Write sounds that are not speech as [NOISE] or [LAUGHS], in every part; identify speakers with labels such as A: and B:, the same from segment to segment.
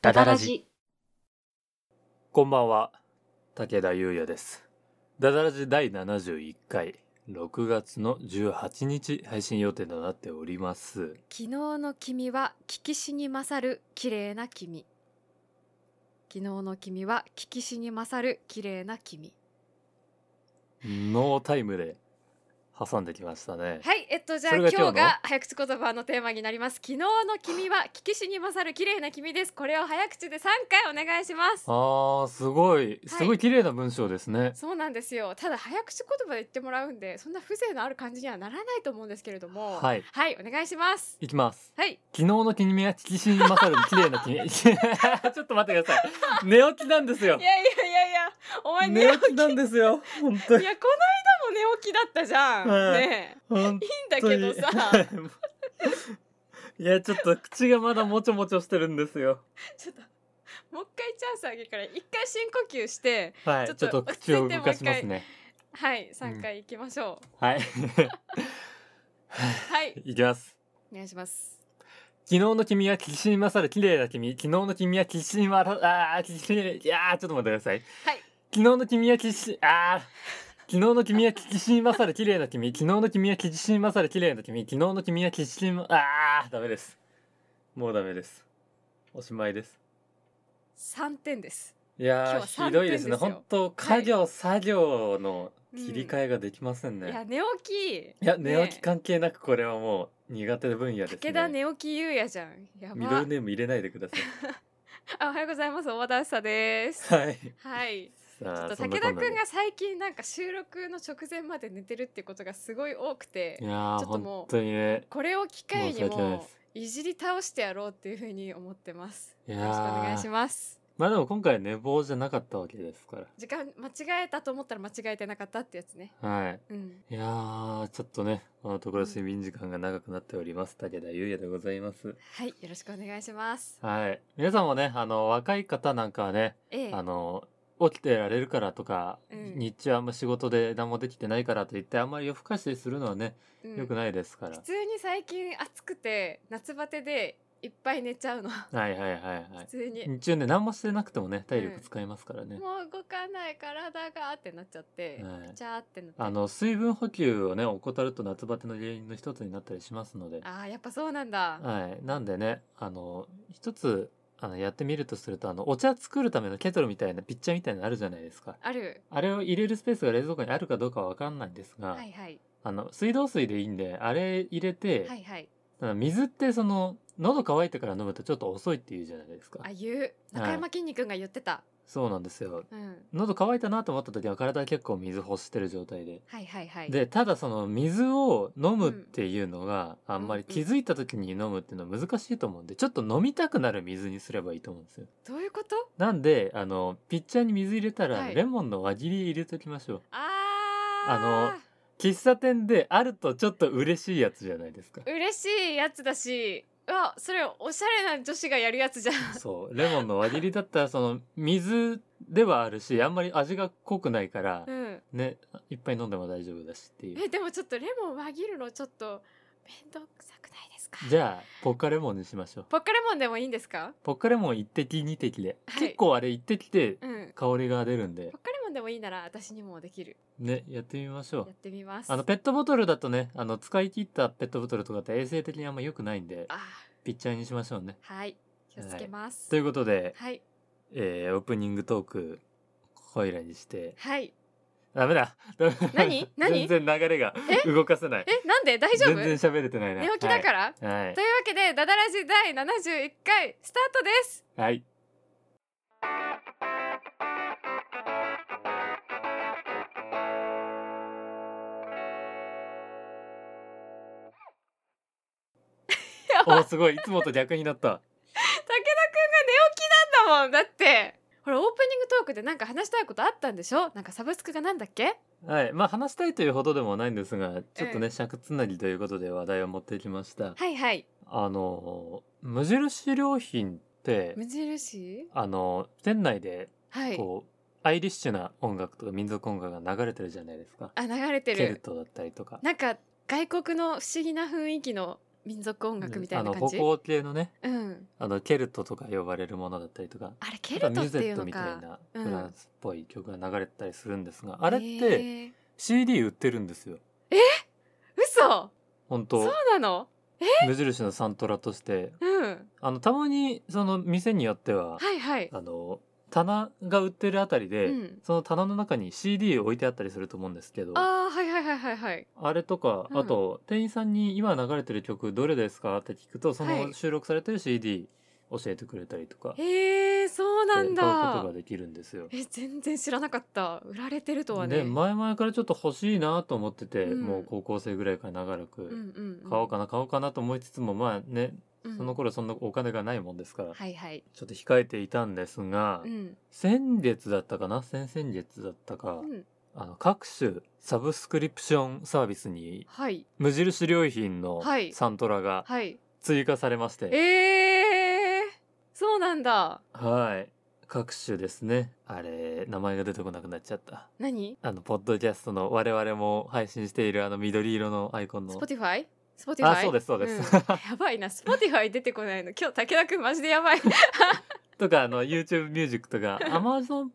A: ダダラジ。
B: こんばんは武田裕也ですダダラジ第71回6月の18日配信予定となっております
C: 昨日の君は聞きしに勝る綺麗な君昨日の君は聞きしに勝る綺麗な君
B: ノータイムで挟んできましたね
C: はいえっとじゃあ
B: それが今
C: 今日
B: 日の
C: が早口言葉のテーマになります昨日の君は聞きしに勝る綺麗な君ですこれを早口で3回お願いします
B: あーすごいすごい綺麗な文章ですね、
C: そうなんですよただ早口言葉で言ってもらうんでそんな風情のある感じにはならないと思うんですけれども
B: はい
C: はいお願いします
B: いきます
C: はい
B: 昨日の君は聞きしに勝る綺麗な
C: [LAUGHS]
B: 君ちょっと待ってください寝起きなんですよ
C: いやいやいやいやお前寝
B: 寝
C: 起
B: 起きなんですよ本当
C: きい
B: に
C: やこの間も寝起きだったじゃ
B: はい
C: ん、ねえ
B: 本
C: だけどさ
B: [LAUGHS] いやちょっと口がまだもちょもちょしてるんですよ
C: [LAUGHS] ちょっともう一回チャンスあげるから一回深呼吸して
B: はい
C: ち
B: ち
C: ょ
B: ょっ
C: っと
B: と口を動かしますね
C: はい3回いきましょう、
B: はい
C: はい
B: いき [LAUGHS] ます
C: お願いします
B: 昨日の君は岸に勝る綺麗な君昨日の君は岸に勝るあー岸にいやーちょっと待ってください
C: はい
B: 昨日の君は岸あー昨日の君は岸に勝る綺麗な君昨日の君は岸に勝る綺麗な君昨日の君は岸にまあーダメですもうダメですおしまいです
C: 3点です
B: いや
C: 今日
B: ー
C: は
B: ひどいですね
C: 3点ですよ
B: 本当家業、作業の切り替えができませんね、
C: いや
B: い
C: 寝起き
B: や
C: ね
B: 寝起き関係なくこれはもう苦手分野ですね
C: 武田寝起き優也じゃんや
B: ミド
C: ば
B: ルネーム入れないでください
C: あおはようございます小和田
B: [LAUGHS]
C: さです [LAUGHS]
B: はい。
C: はいちょ
B: さ
C: っ
B: あ、
C: と
B: そん
C: 武
B: なこ
C: 田く
B: ん
C: ん
B: なで。
C: が最近なんか収録の直前まで寝てるってことがすごい多くて
B: いや
C: ち
B: ー、
C: ょっともう
B: 本当にね。
C: これを機会に
B: 申し訳ないで
C: も
B: す
C: いじり倒してやろうっていうふうに思ってます
B: い
C: よろしくお願
B: や
C: いし
B: ー、
C: ます
B: まあでも今回寝坊じゃなかったわけですか
C: 時間間違えたと思ったら間違えてなかったってやつね
B: ら。はい。
C: うん
B: いやー、ちょっとね、このところ睡眠時間が長くなっております。武田優也でございます。
C: はい、よろしくお願いします。
B: はい。皆さんもね、あの、若い方なんかはね、
C: ええ、
B: あの、起きてられるからとか、
C: うん
B: 日中あんま仕事で何もできてないからといって、あんまり夜更かしするのはね、
C: うん
B: 良くないですから
C: 普。通に最近暑くて夏バテでいっぱい寝ちゃう
B: [LAUGHS]
C: の。
B: はいはいはいは
C: 普
B: い。
C: 通に、
B: 日中ね、何もしてなくてもね、体
C: うん
B: 力使いますからね。
C: もう動かない体がってなっちゃって、
B: はい
C: ちゃーってなって。
B: あの水分補給をね怠ると夏バテの原因の一つになったりしますので、
C: あーやっぱそうなんだ。
B: はい、なんでねあの一つあのやってみるとするとあのお茶作るためのケトルみたいなピッチャーみたいなのあるじゃないですか
C: ある。
B: あれを入れるスペースが冷蔵庫にあるかどうかは分かんないんですが、
C: はいはい
B: あの水道水でいいんであれ入れて、
C: はいはい。
B: あの水ってその喉乾いてから飲むとちょっと遅いっていうじゃないですか
C: あ言う中山きんに君が言ってた。
B: そうなんですよ
C: うん。
B: 喉乾いたなと思った時は体結構水欲してる状態で
C: はいはいはい。
B: でただその水を飲むっていうのがあんまり
C: うんうん
B: 気づいた時に飲むっていうのは難しいと思うんでちょっと飲みたくなる水にすればいいと思うんですよ
C: どういうこと？
B: なんであのピッチャーに水入れた
C: は
B: ら
C: い
B: レモンの輪切り入れときましょう、
C: ああ。
B: 喫茶店であるとちょっと嬉しいやつじゃないですか
C: 嬉しいやつだし、うわそれおしゃれな女子がやるやつじゃん。
B: そうレモンの輪切りだったらその水ではあるしあんまり味が濃くないから
C: うん。
B: ねいっぱい飲んでも大丈夫だしっていう
C: えでもちょっとレモン輪切るのちょっと面倒くさくないですか
B: じゃあポッカレモンにしましょう
C: ポッカレモンでもいいんですか
B: ポッカレモン1滴2滴で、
C: はい
B: 結構あれ1滴で
C: うん
B: 香りが出るんで
C: ポッカレモンでもいいなら私にもできる
B: ねやってみましょ
C: や
B: う
C: ってみます
B: あのペットボトルだとねあの使い切ったペットボトルとかって衛生的にあんま良くないんで
C: あ
B: ピッチャーにしましょうね
C: はい気をつけます
B: と
C: はい
B: いうことで、
C: はい、
B: えーオープニングトークこいらにしてダメだダメだ
C: 何何
B: 全然流れが動かせない
C: えなんで大丈夫
B: 全然喋れてないな
C: 寝起きだから、
B: らはい、はい
C: というわけでダダラジ第71回スタートです [LAUGHS]
B: はいお
C: やば武田くんが寝
B: ーすごいいつもと逆になった
C: 起きなんだもんだってほらオープニングトークでなんか話したいことあったんでしょなんかサブスクがなんだっけ
B: はい、まあ話したいというほどでもないんですがちょっと
C: え
B: ね尺つなぎということで話題を持ってきました
C: はいはい
B: あの無印良品って
C: 無印
B: あの店内で
C: はい
B: こうアイリッシュな音楽とか民族音楽が流れてるじゃないですか
C: あ流れて
B: ケル
C: る
B: トだったりとか
C: なんか外国の不思議な雰囲気の民族音楽みたい
B: あ
C: な
B: の
C: 感
B: 歩
C: じ
B: 行系のね
C: うん
B: あのケルトとか呼ばれるものだったりとか
C: あれケルト
B: ミ
C: っ
B: ュゼ
C: てい
B: ッ
C: う
B: ト
C: の
B: みたい
C: か
B: な
C: うん
B: フランスっぽい曲が流れてたりするんですが、あれっ
C: え
B: て
C: ー
B: CD 売ってるんですよ
C: 嘘
B: 本
C: そう
B: 当
C: なの
B: 無印のサントラとして
C: うん
B: あのたまにその店によっては、
C: はいはい
B: あの棚が売ってるあたりで、
C: うん
B: その棚の中に CD 置いてあったりすると思うんですけどあ
C: あーはいはいはいはいはい
B: れとか、
C: うん
B: あと店員さんに「今流れてる曲どれですか?」って聞くとそ
C: は
B: の
C: い
B: 収録されてる CD 教えてくれたりとか、
C: へえそうなん
B: で買うこ
C: だ
B: とができるんですよ。
C: え全然知らなかった売られてるとはね
B: で前々からちょっと欲しいなと思ってて、
C: うん
B: もう高校生ぐらいから長ら
C: うん
B: く
C: うんうん
B: 買おうかな買おうかなと思いつつもまあね
C: うん
B: その頃そんなお金がないもんですから、
C: はいはい
B: ちょっと控えていたんですが、
C: うん
B: 先月だったかな先々月だったか、
C: うん
B: あの各種サブスクリプションサービスに
C: はい
B: 無印良品の
C: はい
B: サントラが
C: はい
B: 追加されまして、
C: えーそうなんだ
B: はい各種ですねあれ名前が出てこなくなっちゃった
C: 何
B: あのポッドキャストの我々も配信しているあの緑色のアイコンの
C: Spotify? Spotify?
B: あそうですそうです
C: んやばいな Spotify 出てこないの今日武田君マジでやばい
B: [LAUGHS] [LAUGHS] とかあの YouTube ミュージックとか Amazon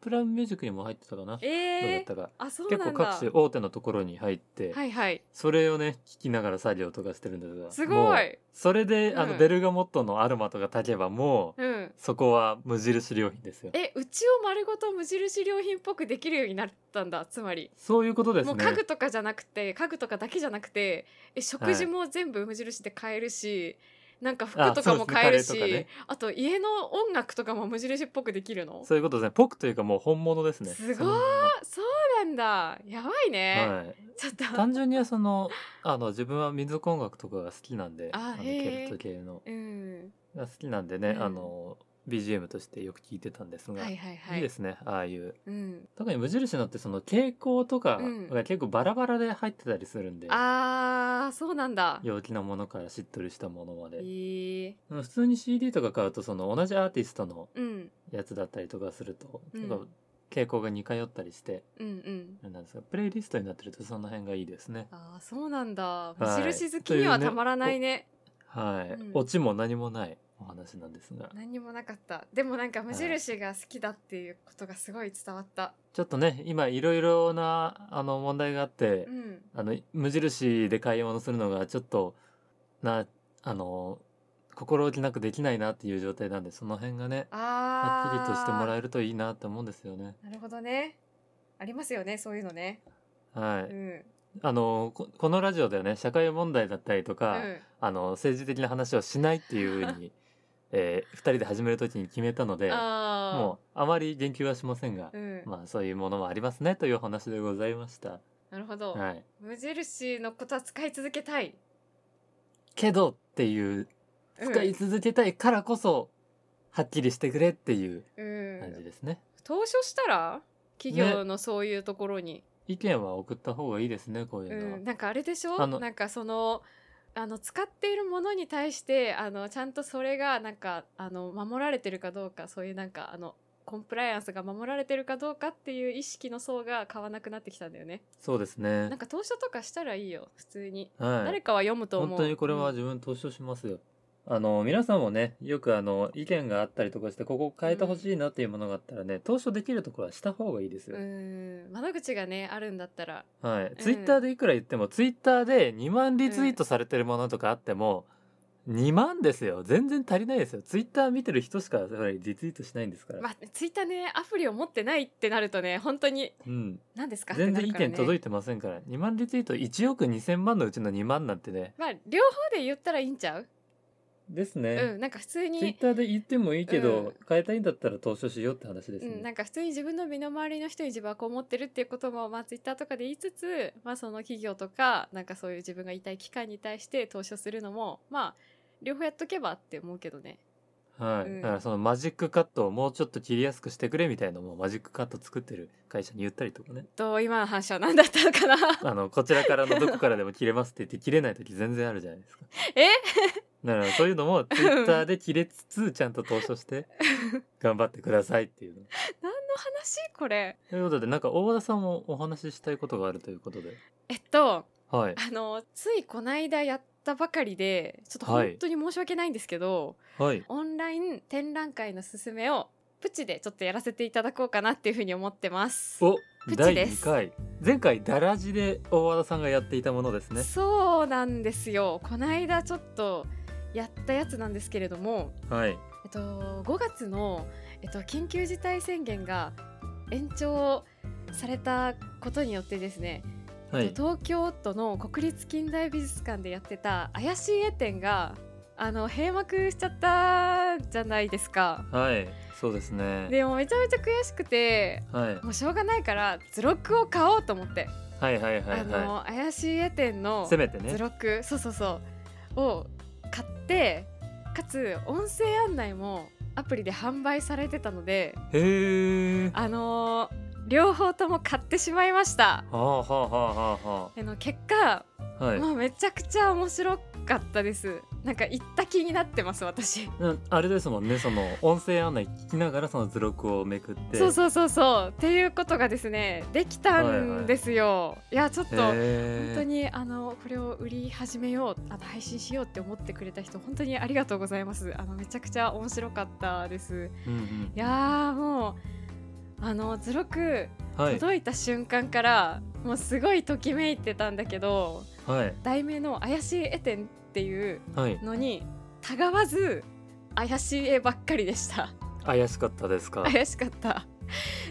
B: プライムミュージックにも入ってたかな、どうだ
C: え
B: っ
C: ー
B: たか
C: あそうなん
B: 結
C: だ
B: 構各種大手のところに入って、
C: はいはい
B: それをね聞きながら作業とかしてるんですが
C: すごい
B: もうそれで、あ
C: う
B: の
C: ん
B: ベルガモットのアロマとか炊けばもう、
C: うん
B: そこは無印良品ですよ
C: えうちを丸ごと無印良品っぽくできるようになったんだつまり
B: そういうことです
C: も
B: ね
C: う家具とかじゃなくて家具とかだけじゃなくてえ食事も全部無印で買えるし、なんか服とかも
B: あそうですね
C: 買えるしあ,、
B: カレーとかね
C: と家の音楽とかも無印っぽくできるの
B: そういうことですねぽくというかもう本物ですね
C: すごい
B: そのま
C: あそうなんだやばいね、
B: まはい
C: ちょっと
B: 単純にそのあの自分は民族音楽とかが好きなんで
C: あ
B: あの
C: へえ
B: ケルト系の
C: うん
B: が好きなんでね、
C: うん
B: あの BGM としてよく聞いてたんですが、
C: はい
B: い
C: はいはい
B: いですねああいう
C: うん、
B: 特に無印のってその傾向とか
C: うん
B: が結構バラバラで入ってたりするんで、
C: あーそうなんだ
B: 陽気なものからしっとりしたものま
C: え
B: で、
C: ー、
B: 普通に CD とか買うとその同じアーティストの
C: うん
B: やつだったりとかすると、
C: うん
B: なんか傾向が似通ったりして
C: うんうん
B: あれなんですがプレイリストになってるとその辺がいいですね
C: あーそうなんだ無
B: はい
C: 印好きには
B: というね
C: たまらないね
B: はい、
C: うん
B: オチも何もないお話なんですが
C: 何にもなかったでもなんか無印が好きだっていうことがすごい伝わった、
B: ちょっとね今いろいろなあの問題があって、
C: うん
B: あの無印で買い物するのがちょっとなあの心置きなくできないなっていう状態なんでその辺がね
C: あ
B: は
C: ー
B: っきりとしてもらえるといいなって思うんですよね。
C: なるほどねありますよねそういうのね
B: は
C: う
B: い、
C: ん
B: あのここのラジオではね社会問題だったりと
C: う
B: か、
C: ん
B: あの政治的な話をしないっていうふうに、
C: [LAUGHS]
B: えー、2人で始める時に決めたので
C: あー
B: もうあまり言及はしませんが、
C: うん
B: まあそういうものもありますねというお話でございました。
C: なるほど、
B: はい、
C: 無印のことは使い続けたい、
B: けどっていう
C: うん
B: 使い続けたいからこそ、はっきりしてくれっていう
C: うん
B: 感じですね。
C: 投資したら企業のそういうところに、
B: 意見は送った方がいいですねこういう
C: う
B: のは。
C: ん、なんかあれでしょ
B: あの
C: なんかそのあの使っているものに対してあのちゃんとそれがなんかあの守られてるかどうかそういうなんかあのコンプライアンスが守られてるかどうかっていう意識の層が買わなくなってきたんだよね。
B: そうです
C: なん
B: ね。
C: か投書とかしたらいいよ普通に、
B: は
C: 誰
B: い、
C: かは読むと思う。
B: 本当にこれは
C: うん
B: 自分投資をしますよ。あの皆さんもねよくあの意見があったりとかしてここ変えてほしいなっていうものがあったらね、投資できるところはした方がいいですよ。
C: うん窓口がねあるんだったら
B: はい、ツイッターでいくら言ってもツイッターで2万リツイートされてるものとかあっても、2万ですよ全然足りないですよツイッター見てる人しかやっぱりリツイートしないんですから、
C: まあツイッターねアプリを持ってないってなるとね本当に
B: うん、
C: 何ですかって
B: 全
C: な
B: 然
C: る
B: 意
C: から、ね、
B: 見届いてませんから2万リツイート1億2,000万のうちの2万なんてね
C: まあ両方で言ったらいいんちゃう、
B: ですね
C: う、んなんか普通に
B: ツイッターで言ってもいいけど、
C: うん
B: 変えたいんだったら投資しようって話です
C: う
B: ね、
C: ん、なんか普通に自分の身の回りの人に自分はこう思ってるっていうことも、まあ、ツイッターとかで言いつつ、まあ、その企業とかなんかそういう自分が言いたい機関に対して投資をするのもまあ両方やっとけばって思うけどね
B: はい、
C: うん
B: だからそのマジックカットをもうちょっと切りやすくしてくれみたいなのもマジックカット作ってる会社に言ったりとかね
C: と今の話は何だった
B: [LAUGHS]
C: のかな
B: あのこちらからのどこからでも切れますって言って切れない時全然あるじゃないですか。
C: え
B: だからそういうのもツイッターで切れつつちゃんと投書して頑張ってくださいっていうの。
C: 話これ
B: ということでなんか大和田さんもお話ししたいことがあるということで。
C: えっと
B: はい。
C: あのついこの間やっったばかりでちょっと
B: はい
C: 本当に申し訳ないんですけど、
B: はい。
C: オンライン展覧会のすすめをプチでちょっとやらせていただこうかなっていうふうに思ってます。
B: お、
C: プチ
B: 第
C: で
B: 2
C: す
B: 回。前回、ダラジで大和田さんがやっていたものですね。
C: そうなんですよこの間ちょっとやったやつなんですけれども、
B: はい。
C: えっと、5月の、えっと、緊急事態宣言が延長されたことによってですね、
B: は
C: えっ
B: い。
C: と東京都の国立近代美術館でやってた「怪しい絵展が」あの閉幕しちゃったじゃないですか。
B: はい。そうですね。
C: でもめちゃめちゃ悔しくて
B: はい。
C: もうしょうがないから図録を買おうと思って、
B: はいはいはいは
C: あの怪しい絵展
B: い。
C: の
B: せめて
C: 図
B: ね。
C: 録、そうそうそうを買ってかつ音声案内もアプリで販売されてたので
B: へー。
C: あのー両方とも買ってしまいました
B: はあはあはあはあは
C: あの結果、
B: あ。はい。
C: もうめちゃくちゃ面白かったですなんか行った気になってます私
B: うんあれですもんね、その音声案内聞きながらその図録をめくって。
C: そうそうそうそうっていうことがですねできたんですよ、いやちょっと本
B: へ
C: 当
B: ー
C: にあのこれを売り始めようあの配信しようって思ってくれた人本当にありがとうございますあのめちゃくちゃ面白かったです
B: うんうん
C: いやーもうあの図録
B: はい
C: 届いた瞬間から、もうすごいときめいてたんだけど
B: はい
C: 題名の「怪しい絵展」っていう
B: はい
C: のにたがわず怪しい絵ばっかりでした
B: 怪しかったですか
C: 怪しかった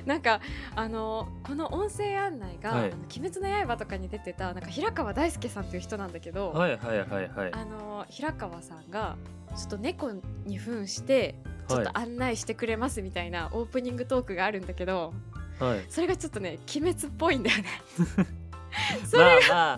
C: なんかあのこの音声案内が「
B: はい
C: あの鬼滅の刃」とかに出てたなんか平川大輔さんという人なんだけど、
B: はいはいはいはい
C: あの平川さんがちょっと猫に扮してちょっ
B: はい
C: と案内してくれますみたいなオープニングトークがあるんだけど
B: はい
C: それがちょっとね鬼滅っぽいんだよね [LAUGHS] それ
B: まあ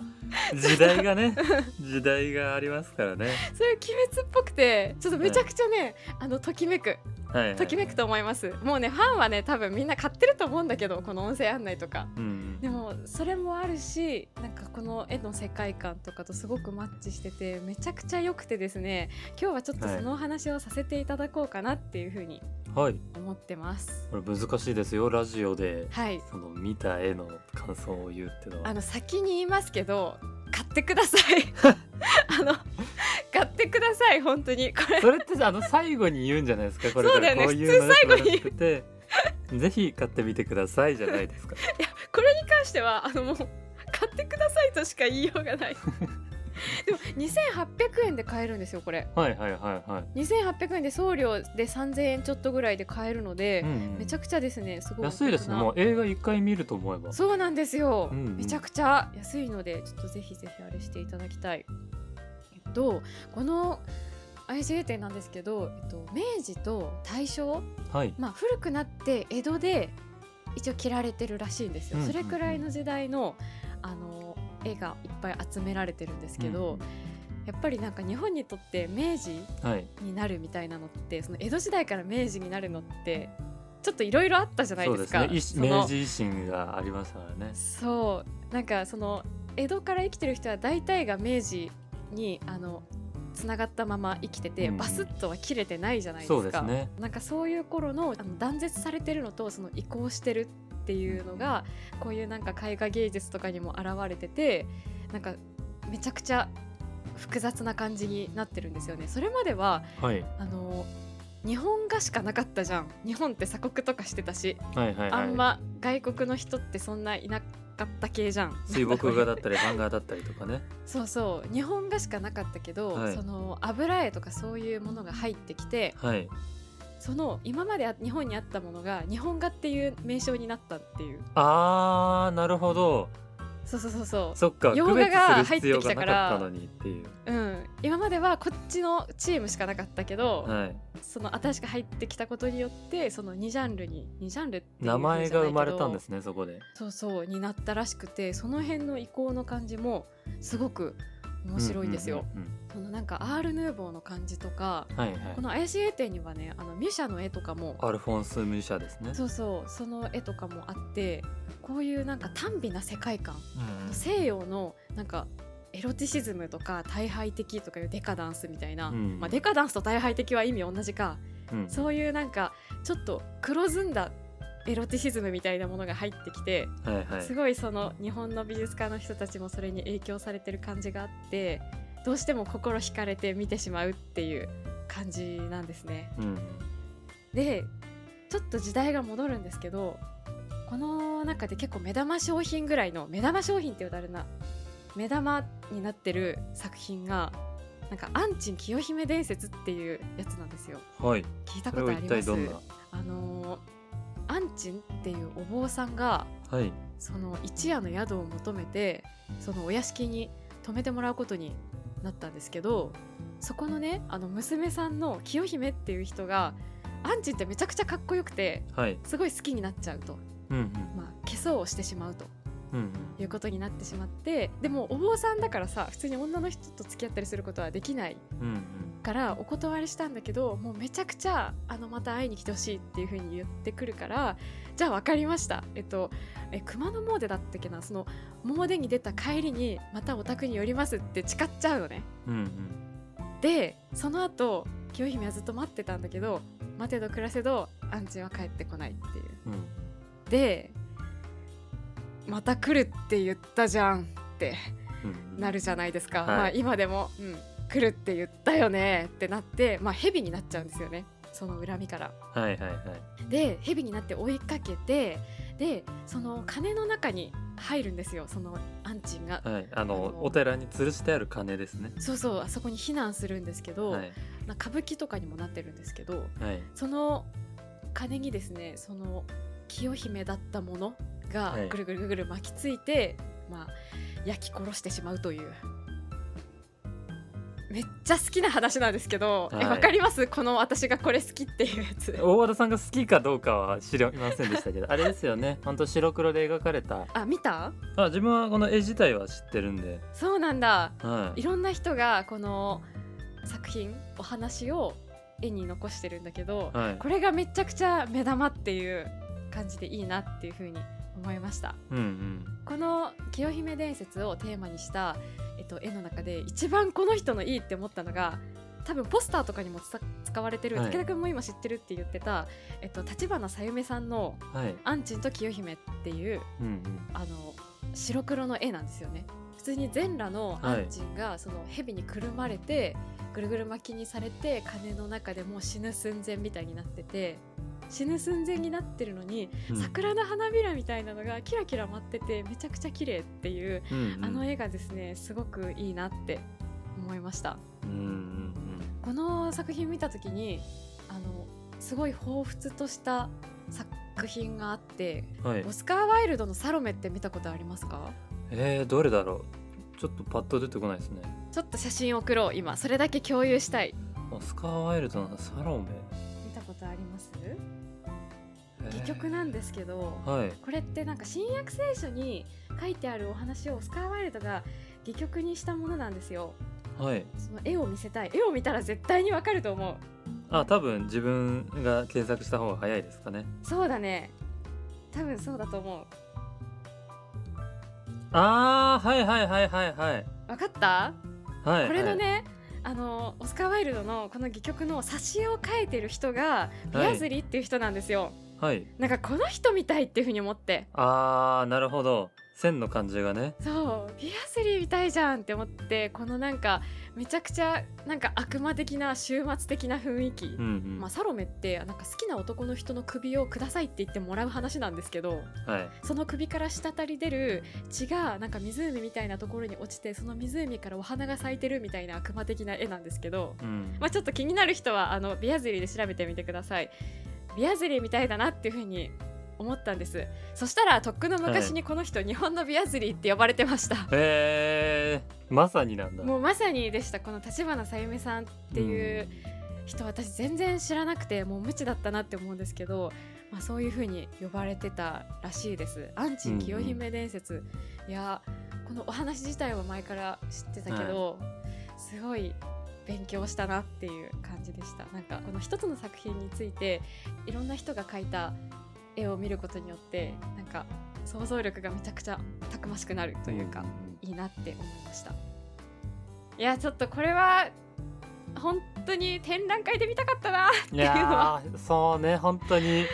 B: まあ時代がね [LAUGHS] 時代がありますからね
C: それ鬼滅っぽくてちょっとめちゃくちゃね、あのときめく
B: はいはい
C: ときめくと思いますもうねファンはね多分みんな買ってると思うんだけどこの音声案内とか
B: うん
C: でもそれもあるしなんかこの絵の世界観とかとすごくマッチしててめちゃくちゃ良くてですね今日はちょっと
B: はい
C: そのお話をさせていただこうかなっていうふうに
B: はい
C: 思ってます
B: これ難しいですよラジオで
C: はい
B: その見た絵の感想を言うっての
C: あ
B: は
C: の先に言いますけど買ってください [LAUGHS] あの買ってください本当にこれ
B: それってあの最後に言うんじゃないですかこれ
C: そうだよね
B: こういうのが
C: 普通最後
B: 素晴
C: に
B: らしくてぜひ買ってみてくださいじゃないですか
C: いやこれに関してはあのもう買ってくださいとしか言いようがないでも2800円で買えるんですよこれ
B: はいはいはいはい、
C: 2800円で送料で3000円ちょっとぐらいで買えるので、
B: うんうん
C: めちゃくちゃですねすごいお得な
B: 安いですねもう映画一回見ると思えば
C: そうなんですよ、
B: うんうん
C: めちゃくちゃ安いのでちょっとぜひぜひあれしていただきたいえっとこの IJ 展なんですけど、えっと、明治と大正
B: はい
C: まあ、古くなって江戸で一応着られてるらしいんですよ、
B: うんうんうん
C: それくらいの時代のあの絵がいっぱい集められてるんですけど、やっぱりなんか日本にとって明治
B: うんはい
C: になるみたいなのってその江戸時代から明治になるのってちょっといろいろあったじゃない
B: そう
C: で
B: ですすね
C: か。
B: いし
C: その
B: 明治維新がありましたからね
C: そうなんかその江戸から生きてる人は大体が明治にあのつながったまま生きてて、
B: うんうん
C: バスッとは切れてないじゃないですか。
B: そうですね
C: なんかそういう頃のあの断絶されてるのとその移行してるっていうのがこういうなんか絵画芸術とかにも現れててなんかめちゃくちゃ複雑な感じになってるんですよね。それまでは
B: はい
C: あの日本画しかなかったじゃん日本って鎖国とかしてたし、
B: はいはいはい
C: あんま外国の人ってそんないなかった系じゃん
B: 水墨画だったり漫画だったりとかね
C: [LAUGHS] そうそう日本画しかなかったけど、
B: はい
C: その油絵とかそういうものが入ってきて [LAUGHS]
B: はい
C: その今まであ日本にあったものが日本画っていう名称になったっていう
B: あーなるほど
C: そうそうそうそ
B: そっか
C: 洋
B: 区
C: 画
B: 別
C: が
B: する必要がなかったのにっていう
C: う、うん、今まではこっちのチームしかなかったけど、
B: はい
C: その新しく入ってきたことによってその2ジャンルに2ジャンルっていう
B: 名前が生まれたんですすねそこで
C: そうそうになったらしくてその辺の移行の感じもすごく面白いんですよ、
B: うんうんうん
C: そのなんかアール・ヌーボーの感じとか
B: うんはいはい
C: この怪しい絵展にはねあのミュシャの絵とかも
B: アルフォンス・ミュシャですね
C: そうそうその絵とかもあってこういうなんか短美な世界観
B: うん
C: 西洋のなんかエロティシズムとか大敗的とかいうデカダンスみたいな、
B: うん
C: まあ、デカダンスと大敗的は意味同じか、
B: うん
C: そういうなんかちょっと黒ずんだエロティシズムみたいなものが入ってきて、
B: はいはい
C: すごいその日本の美術家の人たちもそれに影響されてる感じがあってどうしても心惹かれて見てしまうっていう感じなんですね。
B: うん
C: でちょっと時代が戻るんですけどこの中で結構目玉商品ぐらいの目玉商品って言うとあれな目玉になってる作品がなんか「アンチン清姫伝説」っていうやつなんですよ。
B: はい
C: 聞いた
B: こ
C: こ
B: れは
C: とあります
B: 一体どんな
C: あのーアンチンっていうお坊さんが
B: はい
C: その一夜の宿を求めてそのお屋敷に泊めてもらうことになったんですけどそこのねあの娘さんの清姫っていう人がアンチンってめちゃくちゃかっこよくて
B: はい
C: すごい好きになっちゃうと、
B: うん
C: まあ、化粧をしてしまうと
B: うんうん
C: いうことになってしまってでもお坊さんだからさ普通に女の人と付き合ったりすることはできない
B: うんうん
C: からお断りしたんだけどもうめちゃくちゃあのまた会いに来てほしいっていう風に言ってくるからじゃあ分かりましたえっとえ熊野詣だったっけなその詣に出た帰りにまたお宅に寄りますって誓っちゃうのね
B: うんうん
C: でその後清姫はずっと待ってたんだけど待てど暮らせどアンチンは帰ってこないっていう
B: うんうん
C: でまた来るって言ったじゃんって
B: うん
C: なるじゃないですか、
B: はい
C: まあ今でも、うん、来るって言ったよねってなってまあ蛇になっちゃうんですよねその恨みから。
B: はいはいはい
C: で蛇になって追いかけてでその鐘の中に入るんですよそのアンチンが。
B: はいあ
C: あ
B: の
C: の
B: お寺に吊るしてある鐘ですね
C: そうそうあそこに避難するんですけど、
B: はい
C: な歌舞伎とかにもなってるんですけど
B: はい
C: その鐘にですねその清姫だったものが
B: はい
C: ぐるぐるぐるぐる巻きついて、まあ焼き殺してしまうというめっちゃ好きな話なんですけど、
B: はい
C: えわかりますこの私がこれ好きっていうやつ
B: 大和田さんが好きかどうかは知りませんでしたけどあれですよね本当白黒で描かれた
C: あ見た
B: あ自分はこの絵自体は知ってるんで
C: そうなんだ
B: はい
C: いろんな人がこの作品お話を絵に残してるんだけど、
B: はい
C: これがめちゃくちゃ目玉っていう感じでいいなっていうふうに思いました
B: うんうん
C: この「清姫伝説」をテーマにした、えっと、絵の中で一番この人のいいって思ったのが多分ポスターとかにもつ使われてる、
B: はい
C: 武田君も今知ってるって言ってた、えっと、橘さゆめさんの
B: はい
C: 「アンチンと清姫」っていう
B: うんうん
C: あの白黒の絵なんですよね普通に全裸のアンチンがその蛇にくるまれて、ぐるぐる巻きにされて鐘の中でもう死ぬ寸前みたいになってて死ぬ寸前になってるのに、
B: うん
C: 桜の花びらみたいなのがキラキラ舞っててめちゃくちゃ綺麗っていう、
B: うんうん
C: あの絵がですねすごくいいなって思いました
B: うんうん
C: この作品見た時にあのすごい彷彿とした作品があって
B: うんはい
C: オスカー・ワイルドの「サロメ」って見たことありますか
B: えー、どれだろうちょっとパッと出てこないですね
C: ちょっと写真送ろう今それだけ共有したい
B: オスカー・ワイルドのサロメ、
C: 見たことあります
B: えー
C: 戯曲なんですけど
B: はい
C: これってなんか新約聖書に書いてあるお話をオスカー・ワイルドが戯曲にしたものなんですよ
B: はい
C: その絵を見せたい絵を見たら絶対にわかると思う
B: あ多分自分が検索した方が早いですかね
C: そうだね多分そうだと思う
B: あーはいはいはいはいはい
C: わかった
B: はい
C: これの、ねあのオスカー・ワイルドのこの戯曲の挿絵を描いてる人がビアズリっていう人なんですよ、
B: はいはい、
C: なんかこの人みたいっていうふうに思って
B: あーなるほど線の感じがね
C: そうピアスリーみたいじゃんって思ってこのなんかめちゃくちゃなんか悪魔的な終末的な雰囲気、
B: うんうん、
C: まあ、サロメってなんか好きな男の人の首をくださいって言ってもらう話なんですけど
B: はい
C: その首から滴り出る血がなんか湖みたいなところに落ちてその湖からお花が咲いてるみたいな悪魔的な絵なんですけど、
B: うん
C: まあ、ちょっと気になる人はあのビアズリーで調べてみてくださいビアズリーみたいだなっていうふうに思ったんですそしたらとっくの昔にこの人、日本のビアズリーって呼ばれてました
B: えー、まさになんだ
C: もうまさにでしたこの立花さゆめさんっていう人、私全然知らなくてもう無知だったなって思うんですけど、まあ、そういう風に呼ばれてたらしいです「アンチン清姫伝説」いやこのお話自体は前から知ってたけど、すごい勉強したなっていう感じでしたなんかこの一つの作品についていろんな人が描いた絵を見ることによってなんか想像力がめちゃくちゃたくましくなるというか。いいなって思いましたいやちょっとこれは本当に展覧会で見たかったな
B: いやーそうね本当に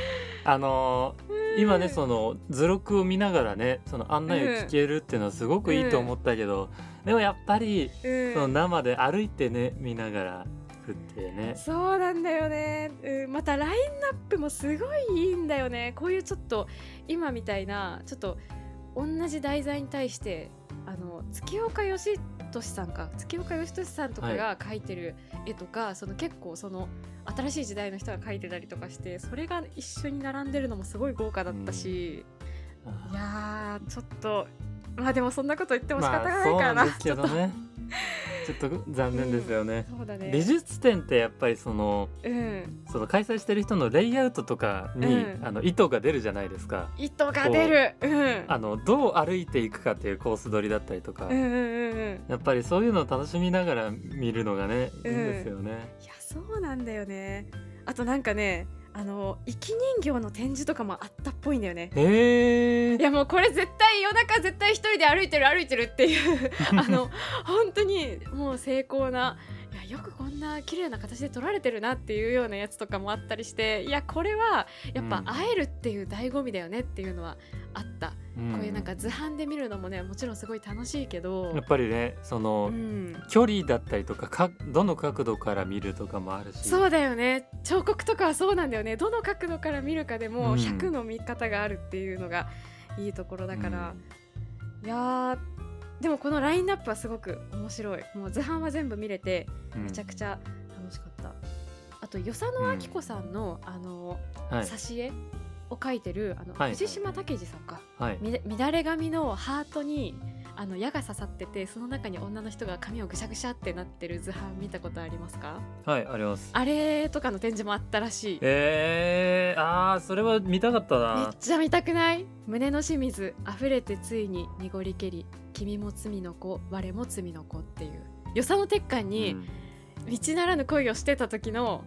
B: あのー今ねその図録を見ながらねその案内を聞けるっていうのはすごくいいと思ったけど、でもやっぱり、
C: うん
B: その生で歩いてね見ながら食ってね
C: そうなんだよね、うん、またラインナップもすごいいいんだよねこういうちょっと今みたいなちょっと同じ題材に対してあの月岡義俊さんか月岡義俊さんとかが描いてる絵とか、その結構その新しい時代の人が描いてたりとかしてそれが一緒に並んでるのもすごい豪華だったし、いやーちょっとまあでもそんなこと言っても仕方がないからな,、
B: まあ、そうなんですけどねちょっと残念ですよね、
C: そうだね
B: 美術展ってやっぱりその
C: うん
B: その開催してる人のレイアウトとかに、
C: うん
B: あの意図が出るじゃないですか
C: 糸が出るうん
B: あのどう歩いていくかっていうコース取りだったりとか、
C: うんうんうんうん
B: やっぱりそういうのを楽しみながら見るのがねいいん
C: うん
B: ですよね、
C: いやそうなんだよねあとなんかねあの生き人形の展示とかもあったっぽいんだよね
B: え
C: いやもうこれ絶対夜中絶対一人で歩いてる歩いてるっていう
B: [LAUGHS]
C: あの本当にもう精巧ないやよくこんな綺麗な形で撮られてるなっていうようなやつとかもあったりしていやこれはやっ
B: う
C: ぱ
B: ん
C: 会えるっていう醍醐味だよねっていうのはあった、
B: うん
C: こういうなんか図版で見るのもねもちろんすごい楽しいけど
B: やっぱりねその、
C: うん、
B: 距離だったりとかかどの角度から見るとかもあるし
C: そうだよね彫刻とかはそうなんだよねどの角度から見るかでも
B: うん
C: 100の見方があるっていうのがいいところだから、いやーでもこのラインナップはすごく面白いもう図版は全部見れて
B: うん、
C: めちゃくちゃ楽しかった、あと与謝野明子さんの、あの
B: ゃはい、
C: 挿絵を描いてるあの、
B: はい
C: 藤島武二さんか
B: はい、
C: み乱れ髪のハートにあの矢が刺さっててその中に女の人が髪をぐしゃぐしゃってなってる図版見たことありますか
B: はい、あります
C: あれとかの展示もあったらしい。め
B: えー、あーそれは見たかったな
C: っちゃ見たくない胸の清水溢れてついに濁りけり君も罪の子我も罪の子っていう与謝野鉄幹に
B: うん
C: 道ならぬ恋をしてた時の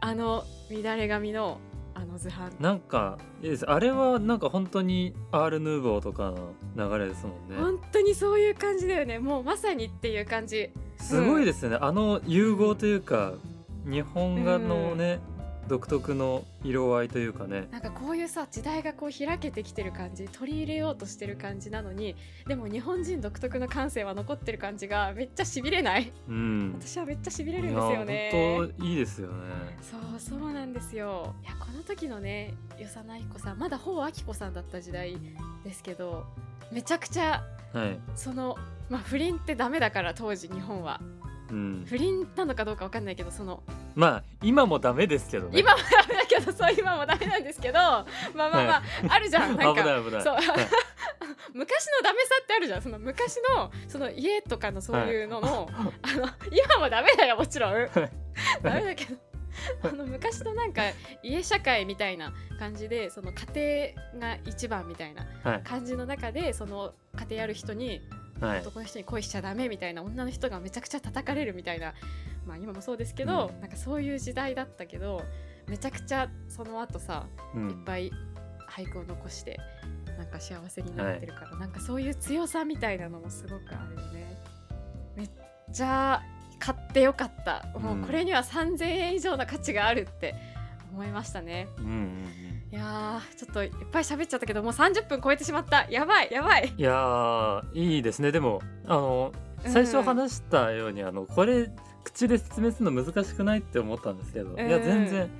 C: あの乱れ髪のあの図版
B: なんかいいですあれはなんか本当にアール・ヌーボーとかの流れですもんね
C: 本当にそういう感じだよねもうまさにっていう感じ
B: すごいですよね、あの融合というか日本画のね、独特の色合いというかね
C: なんかこういうさ時代がこう開けてきてる感じ取り入れようとしてる感じなのにでも日本人独特の感性は残ってる感じがめっちゃしびれない
B: うん
C: 私はめっちゃしびれ
B: い
C: るん
B: や
C: ですよね
B: 本当いいですよね
C: そうそうなんですよいやこの時のね与謝野彦さんまだほぼ明子さんだった時代ですけどめちゃくちゃ
B: はい、
C: そのまあ不倫ってダメだから当時日本は
B: うん、
C: 不倫なのかどうかわかんないけどその
B: まあ今もダメですけどね
C: 今もダメだけどそう今もダメなんですけどまあまあまあ、
B: は
C: あるじゃんなん
B: 危
C: か
B: ない危ない
C: そう
B: はい
C: [LAUGHS] 昔のダメさってあるじゃんその昔のその家とかのそういうのの,、あの今もダメだよもちろん、ダメだけどあの昔のなんか家社会みたいな感じでその家庭が一番みたいな
B: はい
C: 感じの中でその家庭ある人に
B: はい
C: 男の人に恋しちゃダメみたいな女の人がめちゃくちゃ叩かれるみたいなまあ今もそうですけど、
B: う
C: なんかそういう時代だったけどめちゃくちゃその後さ
B: う
C: いっ
B: ん
C: ぱい俳句を残してなんか幸せになってるから、なんかそういう強さみたいなのもすごくあるよねめっちゃ買ってよかったもううんこれには3000円以上の価値があるって思いましたね
B: うんうんうん
C: いやーちょっといっぱい喋っちゃったけどもう30分超えてしまったやばいやばい
B: いやーいいですねでもあの最初話したように、あのこれ口で説明するの難しくないって思ったんですけど、いや
C: うん
B: 全然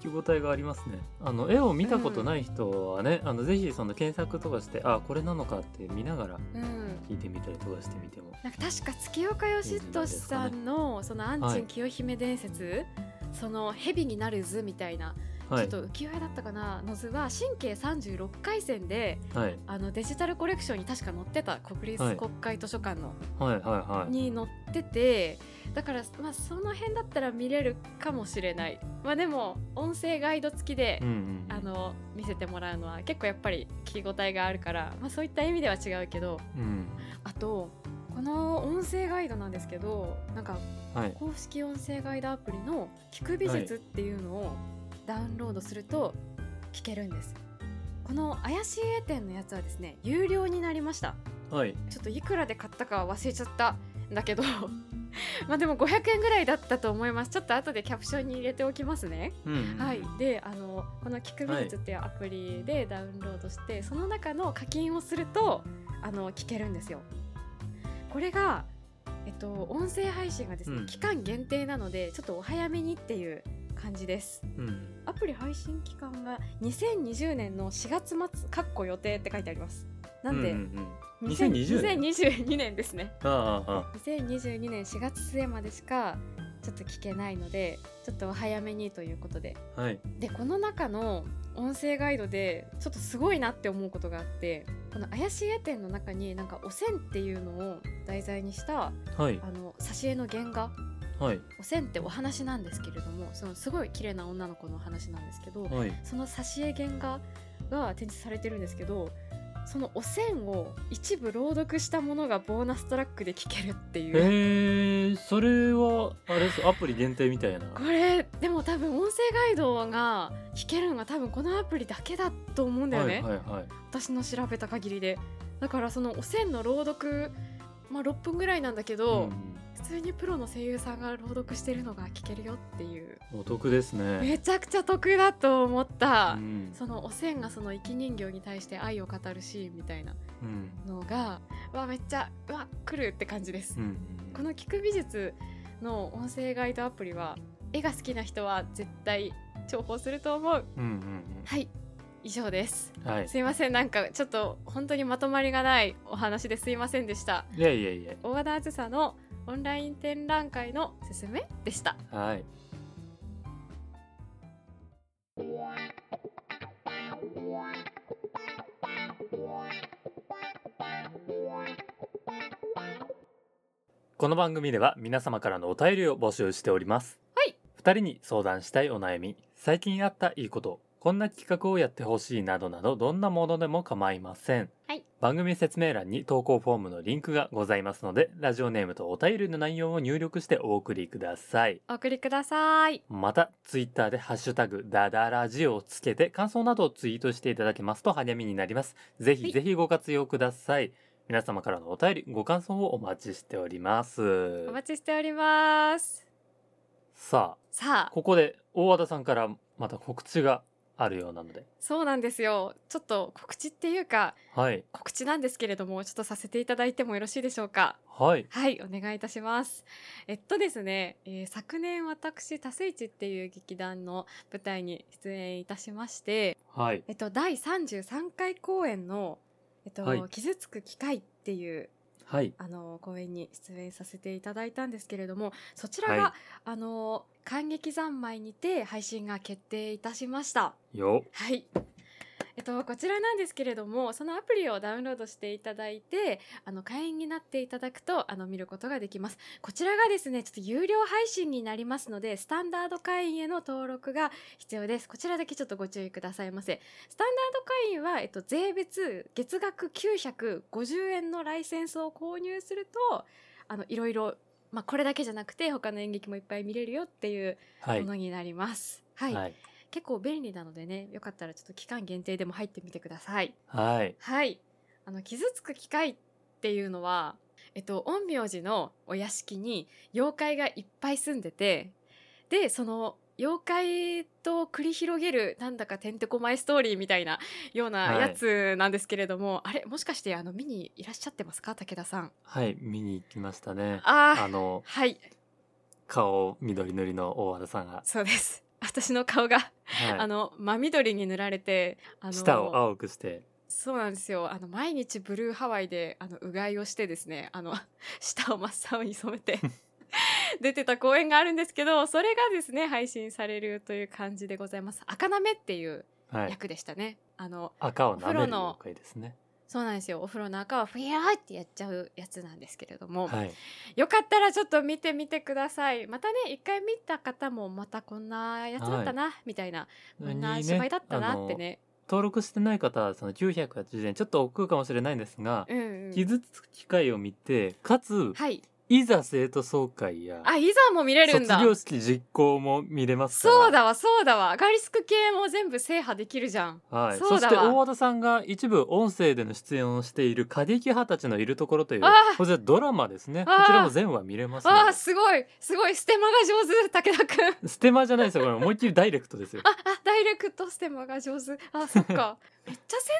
B: 聞き応えがありますねあの絵を見たことない人はね、あのぜひその検索とかしてあこれなのかって見ながら
C: うん
B: 聞いてみたりとかしてみても
C: なんか確か月岡義俊さんのその「安珍清姫伝説」その「蛇になる図」みたいな
B: は
C: ちょ
B: い
C: っと浮世絵だったかなの図は神経36回線で
B: はい
C: あのデジタルコレクションに確か載ってた国
B: は
C: 立
B: い
C: 国会図書館の、
B: はいはいはい
C: に載っててだから、まあ、その辺だったら見れるかもしれない、まあ、でも音声ガイド付きで、
B: うんうん
C: あの見せてもらうのは結構やっぱり聞き応えがあるから、まあ、そういった意味では違うけど
B: うん
C: あとこの音声ガイドなんですけどなんか
B: はい
C: 公式音声ガイドアプリの「聞く美術」っていうのをダウンロードすると聞けるんです、この怪しい絵展のやつはですね有料になりました
B: はい
C: ちょっといくらで買ったかは忘れちゃったんだけど [LAUGHS] まあでも500円ぐらいだったと思いますちょっと後でキャプションに入れておきますね
B: うんうん
C: はい、であのこの「聞く美術」っていうアプリでダウンロードして、その中の課金をするとあの聞けるんですよ。これが、えっと、音声配信がですね、
B: うん
C: 期間限定なのでちょっとお早めにっていう感じです
B: うん。
C: アプリ配信期間が2020年の4月末かっこ予定って書いてありますなんで、
B: うんうんうん2020
C: 2020
B: 年
C: 年2022年ですね
B: あああああ
C: 2022年4月末までしかちょっと聞けないのでちょっとお早めにということで
B: あはい。
C: でこの中の音声ガイドでちょっとすごいなって思うことがあってこの「怪しい絵展」の中になんかおせんっていうのを題材にした
B: はい
C: あの挿絵の原画
B: はい
C: おせんってお話なんですけれどもそのすごい綺麗な女の子のお話なんですけど
B: はい。
C: その挿絵原画が展示されてるんですけどそのおせんを一部朗読したものがボーナストラックで聴けるっていう。
B: えー、それはあれですアプリ限定みたいな。
C: これでも多分音声ガイドが聞けるのが多分このアプリだけだと思うんだよ
B: は
C: ね、
B: いはいはい。
C: 私の調べた限りでだからそのおせんの朗読まあ6分ぐらいなんだけど、普通にプロの声優さんが朗読してるのが聞けるよっていう
B: うん、お得ですね。
C: めちゃくちゃ得だと思っ
B: う
C: た、
B: ん
C: そのおせんがその生き人形に対して愛を語るシーンみたいな
B: うん
C: のがうわめっちゃうわ来るって感じです
B: うんうん
C: この聞く美術の音声ガイドアプリは絵が好きな人は絶対重宝すると思う
B: うんうん
C: はい以上です
B: うんはい。
C: すいませんなんかちょっと本当にまとまりがないお話ですいませんでした
B: いやいやいや。
C: 大和田あずさのオンライン展覧会のすすめでした
B: はい。この番組では皆様からのお便りを募集しております。
C: はい。
B: 二人に相談したいお悩み、最近あったいいこと、こんな企画をやってほしいなどなどどんなものでも構いません。
C: はい。
B: 番組説明欄に投稿フォームのリンクがございますので、ラジオネームとお便りの内容を入力してお送りください。
C: お送りください
B: また、ツイッターでハッシュタグ、ダダラジオをつけて、感想などをツイートしていただけますと励みになります。ぜ
C: は
B: ひ
C: い
B: ぜひご活用ください。皆様からのお便り、ご感想をお待ちしております
C: お。待ちしております
B: さあ、
C: さあ
B: ここで大和田さんからまた告知があるようなので。
C: そうなんですよちょっと告知っていうか
B: はい。
C: 告知なんですけれどもちょっとさせていただいてもよろしいでしょうか
B: はい。
C: はい、お願いいたします。えっとですね、えー昨年私、多数市っていう劇団の舞台に出演いたしまして、
B: はい。
C: えっと、第33回公演の、えっと、
B: はい
C: 傷つく機会っていう、
B: はい。
C: あの、公演に出演させていただいたんですけれども、そちらが、
B: はい
C: あの、感激三昧にて配信が決定いたしました。
B: よ。
C: はい。えっと、こちらなんですけれども、そのアプリをダウンロードしていただいて、あの、会員になっていただくと、あの、見ることができます。こちらがですね、ちょっと有料配信になりますので、スタンダード会員への登録が必要です。こちらだけちょっとご注意くださいませ。スタンダード会員は、えっと、税別月額950円のライセンスを購入すると、あの、いろいろ、まあ、これだけじゃなくて、他の演劇もいっぱい見れるよっていう
B: は
C: も
B: い。
C: のになります。はい
B: はい。
C: 結構便利なのでねよかったらちょっと期間限定でも入ってみてください
B: はい。
C: はいあの傷つく機会っていうのはえっと陰陽師のお屋敷に妖怪がいっぱい住んでてでその妖怪と繰り広げるなんだかてんてこまいストーリーみたいなような
B: はい
C: やつなんですけれども、あれもしかしてあの見にいらっしゃってますか武田さん
B: はい。見に行きましたね。
C: ああ
B: あの、
C: はい
B: 顔緑塗りの大和田さんが。
C: そうです私の顔が、
B: はい。
C: あの真緑に塗られてあの
B: 舌を青くして。
C: そうなんですよ。あの、毎日ブルーハワイで、あの、うがいをしてですね、あの、 [LAUGHS] 舌を真っ青に染めて、 [LAUGHS] 出てた公演があるんですけど、それがですね、配信されるという感じでございます。赤なめっていう
B: はい。
C: 役でしたね。あの、
B: 赤を舐める
C: お風呂の
B: 妖怪ですね。
C: そうなんですよ。お風呂の赤はふやーってやっちゃうやつなんですけれども、
B: はい。
C: よかったらちょっと見てみてください。またね、一回見た方も、またこんなやつだったな、みたいな、こんな芝居だったなって
B: あの
C: ね。
B: 登録してない方はその980円ちょっと億劫かもしれないんですが、
C: うん、うん。
B: 傷つく機会を見てかつ
C: はい。
B: いいざ生徒総会や
C: あ、いざも見れるんだ
B: 卒。業式実行も見れますから
C: そうだわ、そうだわ。ガリスク系も全部制覇できるじゃん。
B: はい、
C: そ
B: そう
C: だ
B: し
C: わ
B: て大和田さんが一部音声での出演をしている「過激派たちのいるところ」という
C: あー
B: こちらドラマですねこ
C: あー
B: ちらも全話見れますの
C: あー、すごい、すごい、ステマが上手、武田くん。
B: でステマじゃないですよこれ思いっきりダイレクトですよ
C: あ、あ、ダイレクトステマが上手。
B: [LAUGHS]
C: あ、そっか。めっちゃ宣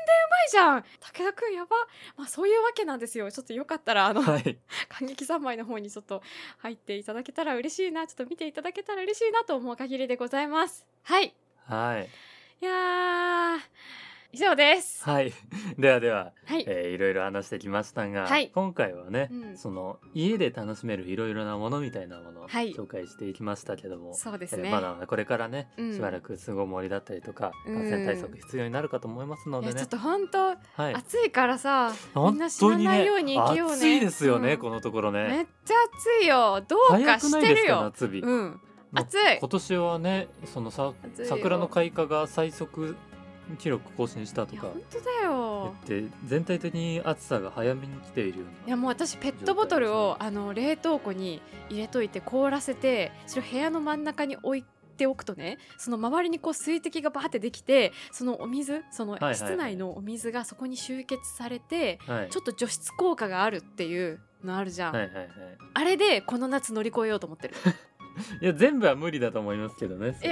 C: 伝うまいじゃん。武田くんやば。まあそういうわけなんですよ。ちょっとよかったら、あの、
B: はい
C: 感激三昧の方にちょっと入っていただけたら嬉しいな。ちょっと見ていただけたら嬉しいなと思う限りでございます。はい。
B: はい、
C: いやー、以上です。
B: はい、ではでは、
C: はい。
B: えーいろいろ話してきましたが、
C: はい
B: 今回はね、
C: うん
B: その家で楽しめるいろいろなものみたいなものを
C: はい
B: 紹介していきましたけども、
C: そうです
B: え
C: ね。
B: ーまだまだこれからね、
C: うん
B: しばらく巣ごもりだったりとか
C: うん
B: 感染対策必要になるかと思いますの
C: い
B: で
C: やちょ
B: ね
C: っ、と本当
B: はい、
C: 暑いからさ、みんな
B: 本
C: 死
B: 当
C: な
B: に
C: ない
B: ね
C: ように生きようね
B: 暑いですよね、
C: うん
B: このところね
C: めっちゃ暑いよ。どう
B: 早
C: か
B: く
C: し
B: ない
C: て
B: で
C: る
B: すか
C: よ。
B: 夏日、
C: うん。
B: まあ
C: 暑い
B: 今年はねそのさ
C: 暑いよ
B: 桜の開花が最速記録更新したと
C: いや
B: か
C: 本当だよ。
B: 言って全体的に暑さが早めに来ているよう
C: い
B: な
C: やもう私ペットボトルをあの冷凍庫に入れといて凍らせてそれを部屋の真ん中に置いておくとねその周りにこう水滴がバーってできてそのお水その
B: いはいはい
C: 室内のお水がそこに集結されて、
B: はい
C: ちょっと除湿効果があるっていうのあるじゃん、
B: はいはいはい
C: あれでこの夏乗り越えようと思
B: [LAUGHS]
C: ってる
B: いや全部は無理だと思いますけどねそれ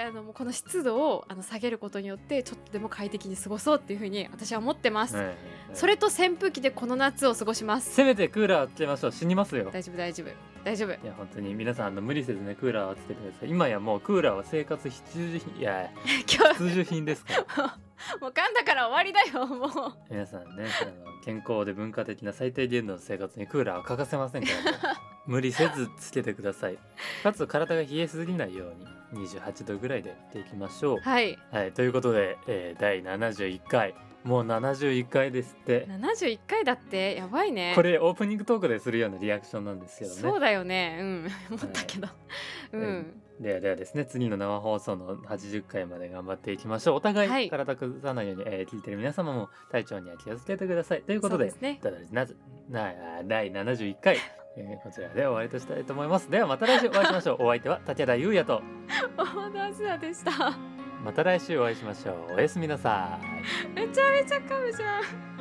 C: えー、あのもうこの湿度をあの下げることによってちょっとでも快適に過ごそうっていうふうに私は思ってます、
B: はいはいはい
C: それと扇風機でこの夏を過ごします
B: せめてクーラーつけましょう死にますよ
C: 大丈夫大丈夫大丈夫 [LAUGHS]
B: いや本当に皆さんあの無理せずねクーラーはつけてください今やもうクーラーは生活必需品いや
C: 今日
B: 必需品です
C: [LAUGHS]
B: から
C: もう噛んだから終わりだよもう
B: 皆さんねあの健康で文化的な最低限度の生活にクーラーは欠かせません
C: [LAUGHS]
B: から、ね、無理せずつけてくださいかつ体が冷えすぎないように28度ぐらいでやっていきましょう
C: はい
B: はいということで、えー第71回もう71回ですって
C: 71回だってやばいね
B: これオープニングトークでするようなリアクションなんですけどね
C: そうだよねうん思ったけど、うん、
B: ではではですね次の生放送の80回まで頑張っていきましょうお互
C: はい
B: い体崩さないように、えー聞いてる皆様も体調には気をつけてくださいということ
C: そう
B: で
C: ですね
B: ただなぜなあ第71回、えーこちらで終わりとしたいと思いますではまた来週お会いしましょうお相手は武田優也と
C: オーダースラでした
B: また来週お会いしましょうおやすみなさい
C: めちゃめちゃ噛むじゃん